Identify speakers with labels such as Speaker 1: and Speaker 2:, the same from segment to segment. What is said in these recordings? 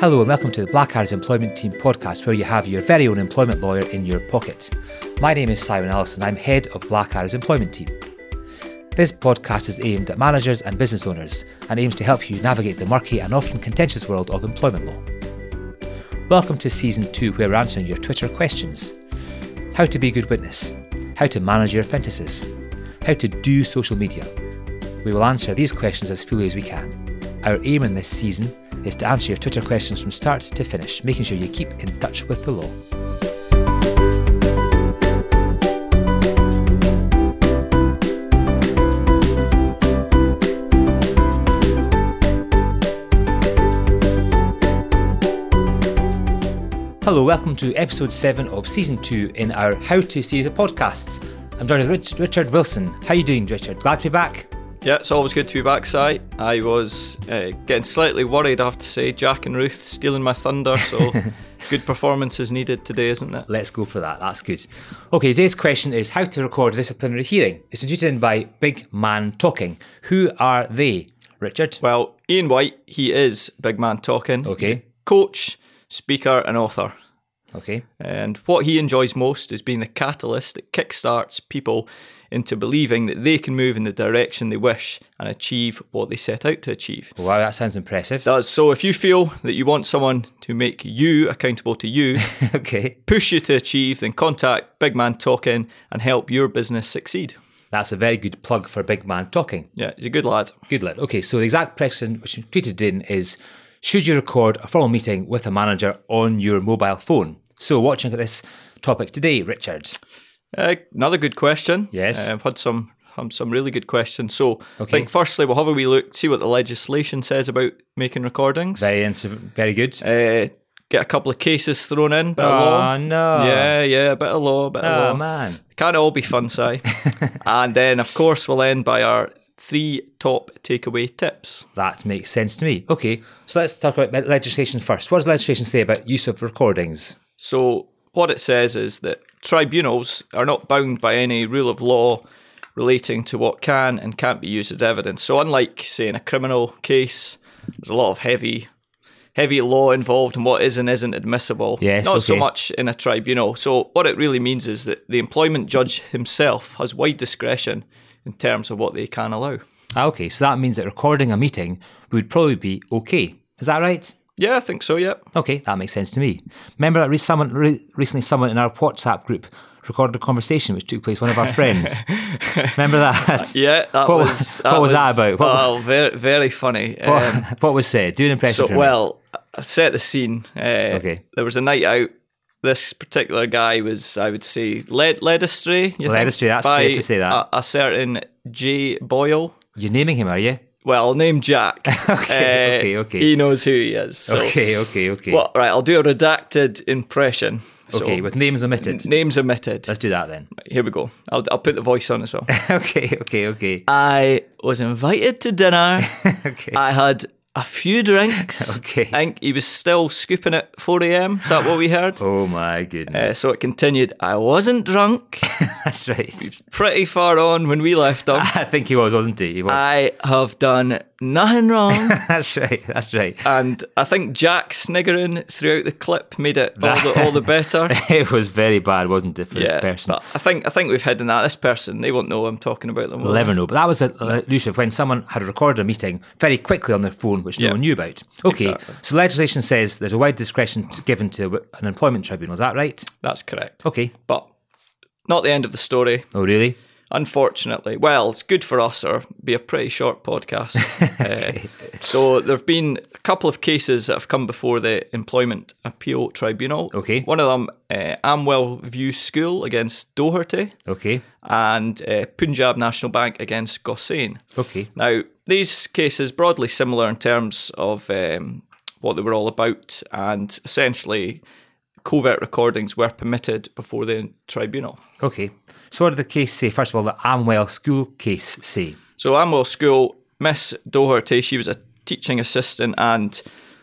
Speaker 1: Hello and welcome to the Black Arrows Employment Team podcast, where you have your very own employment lawyer in your pocket. My name is Simon Allison. I'm head of Black Arrows Employment Team. This podcast is aimed at managers and business owners and aims to help you navigate the murky and often contentious world of employment law. Welcome to season two, where we're answering your Twitter questions how to be a good witness, how to manage your apprentices, how to do social media. We will answer these questions as fully as we can. Our aim in this season is to answer your Twitter questions from start to finish, making sure you keep in touch with the law. Hello, welcome to episode 7 of season 2 in our How To series of podcasts. I'm joined with Richard Wilson. How are you doing, Richard? Glad to be back.
Speaker 2: Yeah, it's always good to be back, Si. I was uh, getting slightly worried, I have to say. Jack and Ruth stealing my thunder, so good performance is needed today, isn't it?
Speaker 1: Let's go for that. That's good. Okay, today's question is how to record a disciplinary hearing. It's introduced in by Big Man Talking. Who are they, Richard?
Speaker 2: Well, Ian White, he is Big Man Talking.
Speaker 1: Okay.
Speaker 2: coach, speaker, and author.
Speaker 1: Okay.
Speaker 2: And what he enjoys most is being the catalyst that kickstarts people into believing that they can move in the direction they wish and achieve what they set out to achieve.
Speaker 1: Wow, that sounds impressive.
Speaker 2: Does so if you feel that you want someone to make you accountable to you,
Speaker 1: okay.
Speaker 2: push you to achieve, then contact Big Man Talking and help your business succeed.
Speaker 1: That's a very good plug for Big Man Talking.
Speaker 2: Yeah, he's a good lad.
Speaker 1: Good lad. Okay, so the exact question which you tweeted in is should you record a formal meeting with a manager on your mobile phone? So, watching at this topic today, Richard.
Speaker 2: Uh, another good question.
Speaker 1: Yes.
Speaker 2: Uh, I've had some um, some really good questions. So I
Speaker 1: Okay.
Speaker 2: think firstly we'll have a wee look, see what the legislation says about making recordings.
Speaker 1: Very, ins- very good.
Speaker 2: Uh, get a couple of cases thrown in, bit of
Speaker 1: Oh,
Speaker 2: law.
Speaker 1: no.
Speaker 2: Yeah, yeah, bit of law, bit
Speaker 1: Oh,
Speaker 2: of law.
Speaker 1: man.
Speaker 2: Can't all be fun, Si. and then of course we'll end by our three top takeaway tips.
Speaker 1: That makes sense to me. Okay, so let's talk about legislation first. What does legislation say about use of recordings?
Speaker 2: So what it says is that tribunals are not bound by any rule of law relating to what can and can't be used as evidence. So unlike, say, in a criminal case, there's a lot of heavy heavy law involved in what is and isn't admissible.
Speaker 1: Yes,
Speaker 2: not so
Speaker 1: okay.
Speaker 2: much in a tribunal. So what it really means is that the employment judge himself has wide discretion in terms of what they can allow.
Speaker 1: Ah, okay, so that means that recording a meeting would probably be okay. Is that right?
Speaker 2: Yeah, I think so, yeah.
Speaker 1: Okay, that makes sense to me. Remember, re- someone re- recently, someone in our WhatsApp group recorded a conversation which took place with one of our friends. Remember that?
Speaker 2: Yeah, that
Speaker 1: What was-
Speaker 2: was
Speaker 1: what was that about? What-
Speaker 2: well, very, very funny. Um,
Speaker 1: What, what was said? Do an impression.
Speaker 2: So,
Speaker 1: for me.
Speaker 2: well, I set the scene. Uh,
Speaker 1: Okay.
Speaker 2: There was a night out. This particular guy was, I would say, led led astray. You
Speaker 1: Led
Speaker 2: think,
Speaker 1: astray, that's
Speaker 2: by
Speaker 1: fair to say that.
Speaker 2: A, a certain J Boyle.
Speaker 1: you're naming him, are you?
Speaker 2: Well, name Jack. Uh,
Speaker 1: Okay, okay, okay.
Speaker 2: He knows who he is. So.
Speaker 1: okay, okay, okay.
Speaker 2: Well, right, I'll do a redacted impression. So,
Speaker 1: okay, with names omitted.
Speaker 2: names omitted.
Speaker 1: Let's do that then.
Speaker 2: Here we go. I'll, I'll put the voice on as well.
Speaker 1: okay, okay, okay.
Speaker 2: Uh, I was invited to dinner.
Speaker 1: okay.
Speaker 2: I had a few drinks.
Speaker 1: Okay.
Speaker 2: I think he was still scooping at 4 a.m. Is that what we heard?
Speaker 1: oh my
Speaker 2: Uh,
Speaker 1: goodness.
Speaker 2: so it continued. I wasn't drunk.
Speaker 1: That's right.
Speaker 2: Pretty far on when we left them.
Speaker 1: I think he was, wasn't he? He was.
Speaker 2: I have done nothing wrong.
Speaker 1: that's right. That's right.
Speaker 2: and I think Jack sniggering throughout the clip made it all the, all the better.
Speaker 1: It was very bad, wasn't it, for
Speaker 2: Yeah,
Speaker 1: this person?
Speaker 2: but I think I think we've hidden that. This person, they won't know I'm talking about them. will
Speaker 1: We'll
Speaker 2: they?
Speaker 1: never know. But that was elusive when someone had recorded a meeting very quickly on their phone, which no
Speaker 2: Yeah.
Speaker 1: one knew about. Okay, so legislation says there's a wide discretion t- given to an employment tribunal. Is that right?
Speaker 2: That's correct.
Speaker 1: Okay.
Speaker 2: But not the end of the story.
Speaker 1: Oh, really?
Speaker 2: unfortunately. Well, it's good for us, or be a pretty short podcast. Uh, so there have been a couple of cases that have come before the Employment Appeal Tribunal.
Speaker 1: Okay.
Speaker 2: One of them, uh, Amwell View School against Doherty,
Speaker 1: Okay.
Speaker 2: and uh, Punjab National Bank against Gossain.
Speaker 1: Okay.
Speaker 2: Now, these cases broadly similar in terms of um, what they were all about, and essentially. Covert recordings were permitted before the tribunal.
Speaker 1: Okay. So, what did the case say? First of all, the Amwell school case say.
Speaker 2: So Amwell School, Miss Doherty, she was a teaching assistant and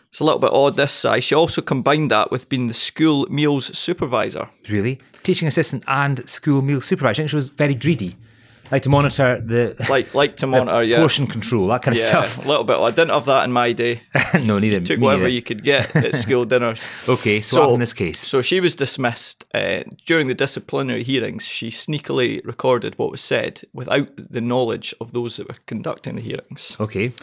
Speaker 2: it's a little bit odd this size. She also combined that with being the school meals supervisor.
Speaker 1: Really? Teaching assistant and school meal supervisor. I think she was very greedy. like to monitor the
Speaker 2: Like like to monitor, yeah.
Speaker 1: portion control, that kind of
Speaker 2: yeah,
Speaker 1: stuff.
Speaker 2: a little bit. I didn't have that in my day.
Speaker 1: no, neither.
Speaker 2: Took
Speaker 1: me
Speaker 2: whatever
Speaker 1: neither. Oh.
Speaker 2: you could get at school dinners.
Speaker 1: Okay, so, what happened in this case,
Speaker 2: So she was dismissed. Uh, during the disciplinary hearings, she sneakily recorded what was said without the knowledge of those that were conducting the hearings.
Speaker 1: okay,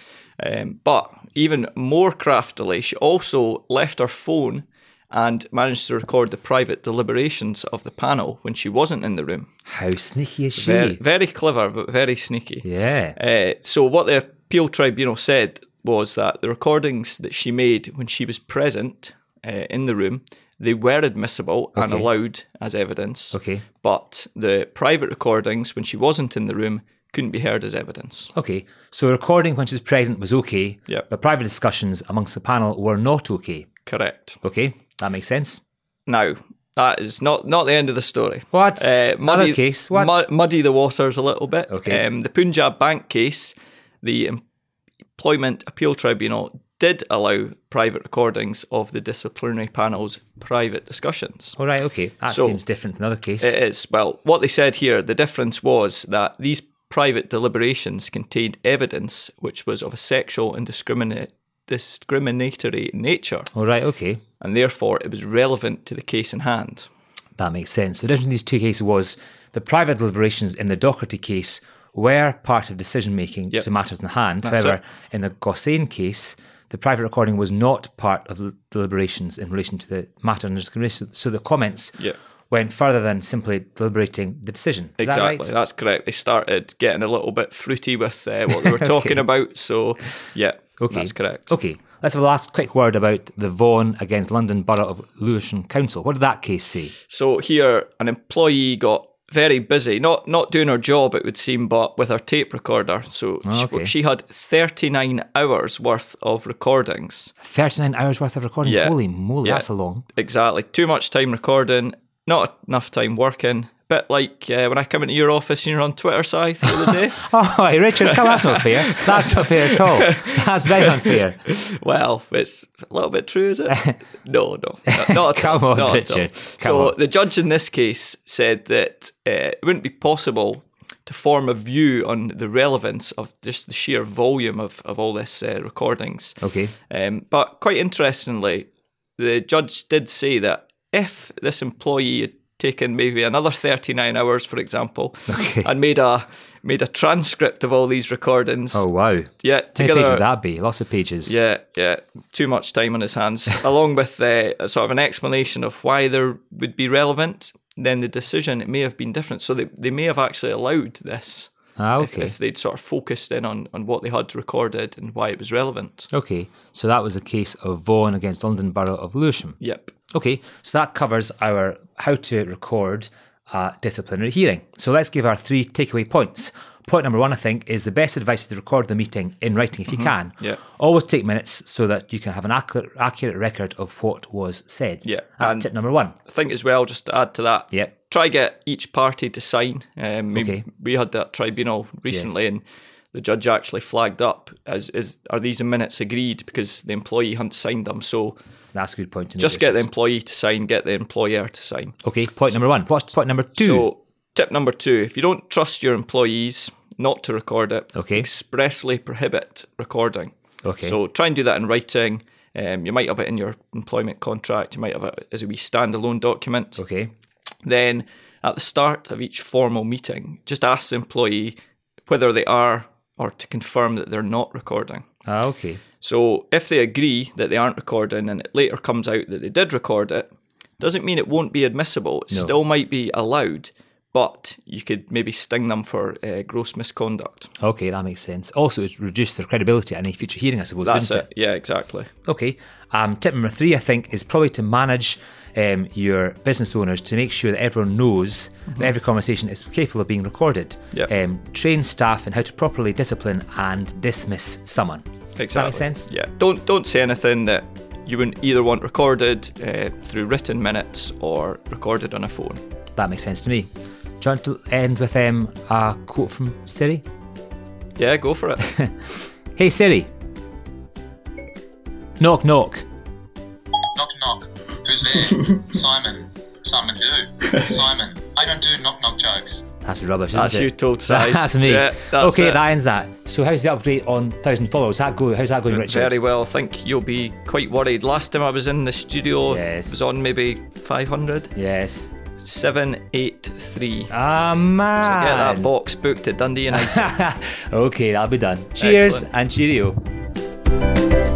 Speaker 2: Um, but even more craftily, she also left her phone and managed to record the private deliberations of the panel when she wasn't in the room.
Speaker 1: how sneaky is she?
Speaker 2: Very, very clever, but very sneaky.
Speaker 1: yeah,
Speaker 2: Uh, so what the appeal tribunal said was that the recordings that she made when she was present uh, in the room they were admissible and
Speaker 1: Okay.
Speaker 2: allowed as evidence
Speaker 1: Okay.
Speaker 2: but the private recordings when she wasn't in the room couldn't be heard as evidence
Speaker 1: okay. So recording when she's pregnant was okay.
Speaker 2: Yeah.
Speaker 1: The private discussions amongst the panel were not okay.
Speaker 2: correct
Speaker 1: Okay, that makes sense.
Speaker 2: now that is not not the end of the story
Speaker 1: What?
Speaker 2: uh, muddy,
Speaker 1: Another case? What?
Speaker 2: mu- muddy the waters a little bit
Speaker 1: Okay.
Speaker 2: um, the punjab bank case the em- employment appeal tribunal did allow private recordings of the disciplinary panel's private discussions
Speaker 1: All right, okay. That
Speaker 2: So- eh.
Speaker 1: seems different from another case.
Speaker 2: it is well what they said here the difference was that these private deliberations contained evidence which was of a sexual and discriminate discriminatory nature
Speaker 1: All right, okay.
Speaker 2: and therefore it was relevant to the case in hand
Speaker 1: That makes sense. The difference in these two cases was the private deliberations in the Doherty case were part of decision making
Speaker 2: Yep.
Speaker 1: to matters in hand. However, in the Gossain case, the private recording was not part of the deliberations in relation to the matter under discrimination. So the comments
Speaker 2: Yep.
Speaker 1: went further than simply deliberating the decision. Is that
Speaker 2: Exactly,
Speaker 1: right?
Speaker 2: that's correct. They started getting a little bit fruity with uh, what they were talking about. So, yeah,
Speaker 1: Okay.
Speaker 2: that's correct.
Speaker 1: Okay. Let's have a last quick word about the Vaughan against London Borough of Lewisham Council. What did that case say?
Speaker 2: So here, an employee got very busy, not not doing her job, it would seem, but with her tape recorder. So she-
Speaker 1: okay.
Speaker 2: she, had thirty nine hours worth of recordings.
Speaker 1: 39 hours worth of recording.
Speaker 2: Yeah.
Speaker 1: Holy moly,
Speaker 2: Yeah.
Speaker 1: that's a long.
Speaker 2: Exactly, too much time recording, not enough time working. Bit like uh, when I come into your office and you're on Twitter, scythe the other day.
Speaker 1: Oh, hey, Richard, come, that's not fair. That's not fair at all. That's very unfair.
Speaker 2: Well, it's a little bit true, is it? No, no, not, not at
Speaker 1: Come
Speaker 2: all,
Speaker 1: on,
Speaker 2: not at all.
Speaker 1: Richard, come
Speaker 2: so
Speaker 1: on.
Speaker 2: the judge in this case said that uh, it wouldn't be possible to form a view on the relevance of just the sheer volume of of all this uh, recordings.
Speaker 1: Okay.
Speaker 2: Um, but quite interestingly, the judge did say that if this employee had taken maybe another 39 hours, for example, and made a made a transcript of all these recordings,
Speaker 1: Oh, wow. How
Speaker 2: yeah,
Speaker 1: many
Speaker 2: together
Speaker 1: pages would that be? Lots of pages.
Speaker 2: yeah, yeah. Too much time on his hands, along with uh, a sort of an explanation of why there would be relevant. Then the decision it may have been different. So they, they may have actually allowed this
Speaker 1: Ah,
Speaker 2: if,
Speaker 1: okay.
Speaker 2: if they'd sort of focused in on, on what they had recorded and why it was relevant.
Speaker 1: Okay. So that was a case of Vaughan against London Borough of Lewisham.
Speaker 2: Yep.
Speaker 1: Okay. So that covers our how to record a disciplinary hearing. So let's give our three takeaway points. Point number one, I think, is the best advice is to record the meeting in writing if you can.
Speaker 2: Mm-hmm. Yeah.
Speaker 1: Always take minutes so that you can have an accurate, accurate record of what was said.
Speaker 2: Yeah.
Speaker 1: That's
Speaker 2: And-
Speaker 1: tip number one.
Speaker 2: I think as well, just to add to that,
Speaker 1: Yep.
Speaker 2: try get each party to sign. Um, we,
Speaker 1: Okay.
Speaker 2: we had that tribunal recently, and the judge actually flagged up as is are these minutes agreed because the employee hadn't signed them. So
Speaker 1: That's a good point to
Speaker 2: just
Speaker 1: notice.
Speaker 2: get the employee to sign, get the employer to sign.
Speaker 1: Okay, point number one. What's point number two?
Speaker 2: So, tip number two if you don't trust your employees not to record it,
Speaker 1: Okay.
Speaker 2: expressly prohibit recording.
Speaker 1: Okay.
Speaker 2: So, try and do that in writing. Um, you might have it in your employment contract, you might have it as a wee standalone document.
Speaker 1: okay.
Speaker 2: Then, at the start of each formal meeting, just ask the employee whether they are or to confirm that they're not recording.
Speaker 1: Ah, okay.
Speaker 2: So if they agree that they aren't recording and it later comes out that they did record it, doesn't mean it won't be admissible. It still might be allowed, but you could maybe sting them for uh, gross misconduct.
Speaker 1: Okay, that makes sense. Also, it's reduced their credibility at any future hearing, I suppose,
Speaker 2: That's
Speaker 1: wouldn't
Speaker 2: it. Yeah, exactly.
Speaker 1: Okay. Um, tip number three, I think, is probably to manage um, your business owners to make sure that everyone knows that every conversation is capable of being recorded.
Speaker 2: Mm-hmm. Yep.
Speaker 1: Um, train staff in how to properly discipline and dismiss someone.
Speaker 2: Exactly.
Speaker 1: Does that make sense?
Speaker 2: Yeah. Don't don't say anything that you wouldn't either want recorded uh, through written minutes or recorded on a phone.
Speaker 1: That makes sense to me. Do you want to end with um, a quote from Siri?
Speaker 2: Yeah, go for it.
Speaker 1: Hey, Siri. Knock, knock.
Speaker 3: Knock knock. Who's there? Simon. Simon who? Simon. I don't do knock knock jokes.
Speaker 1: That's rubbish. Isn't
Speaker 2: That's
Speaker 1: it?
Speaker 2: you told side.
Speaker 1: That's me.
Speaker 2: Yeah, that's
Speaker 1: okay,
Speaker 2: it.
Speaker 1: that ends that. So how's the upgrade on thousand followers? How go? How's that going, Richard?
Speaker 2: Very well. I think you'll be quite worried. Last time I was in the studio,
Speaker 1: Yes.
Speaker 2: it was on maybe 500.
Speaker 1: Yes.
Speaker 2: 783.
Speaker 1: Ah
Speaker 2: Get
Speaker 1: man.
Speaker 2: that box booked at Dundee United.
Speaker 1: okay, that'll be done. Cheers
Speaker 2: Excellent.
Speaker 1: and cheerio.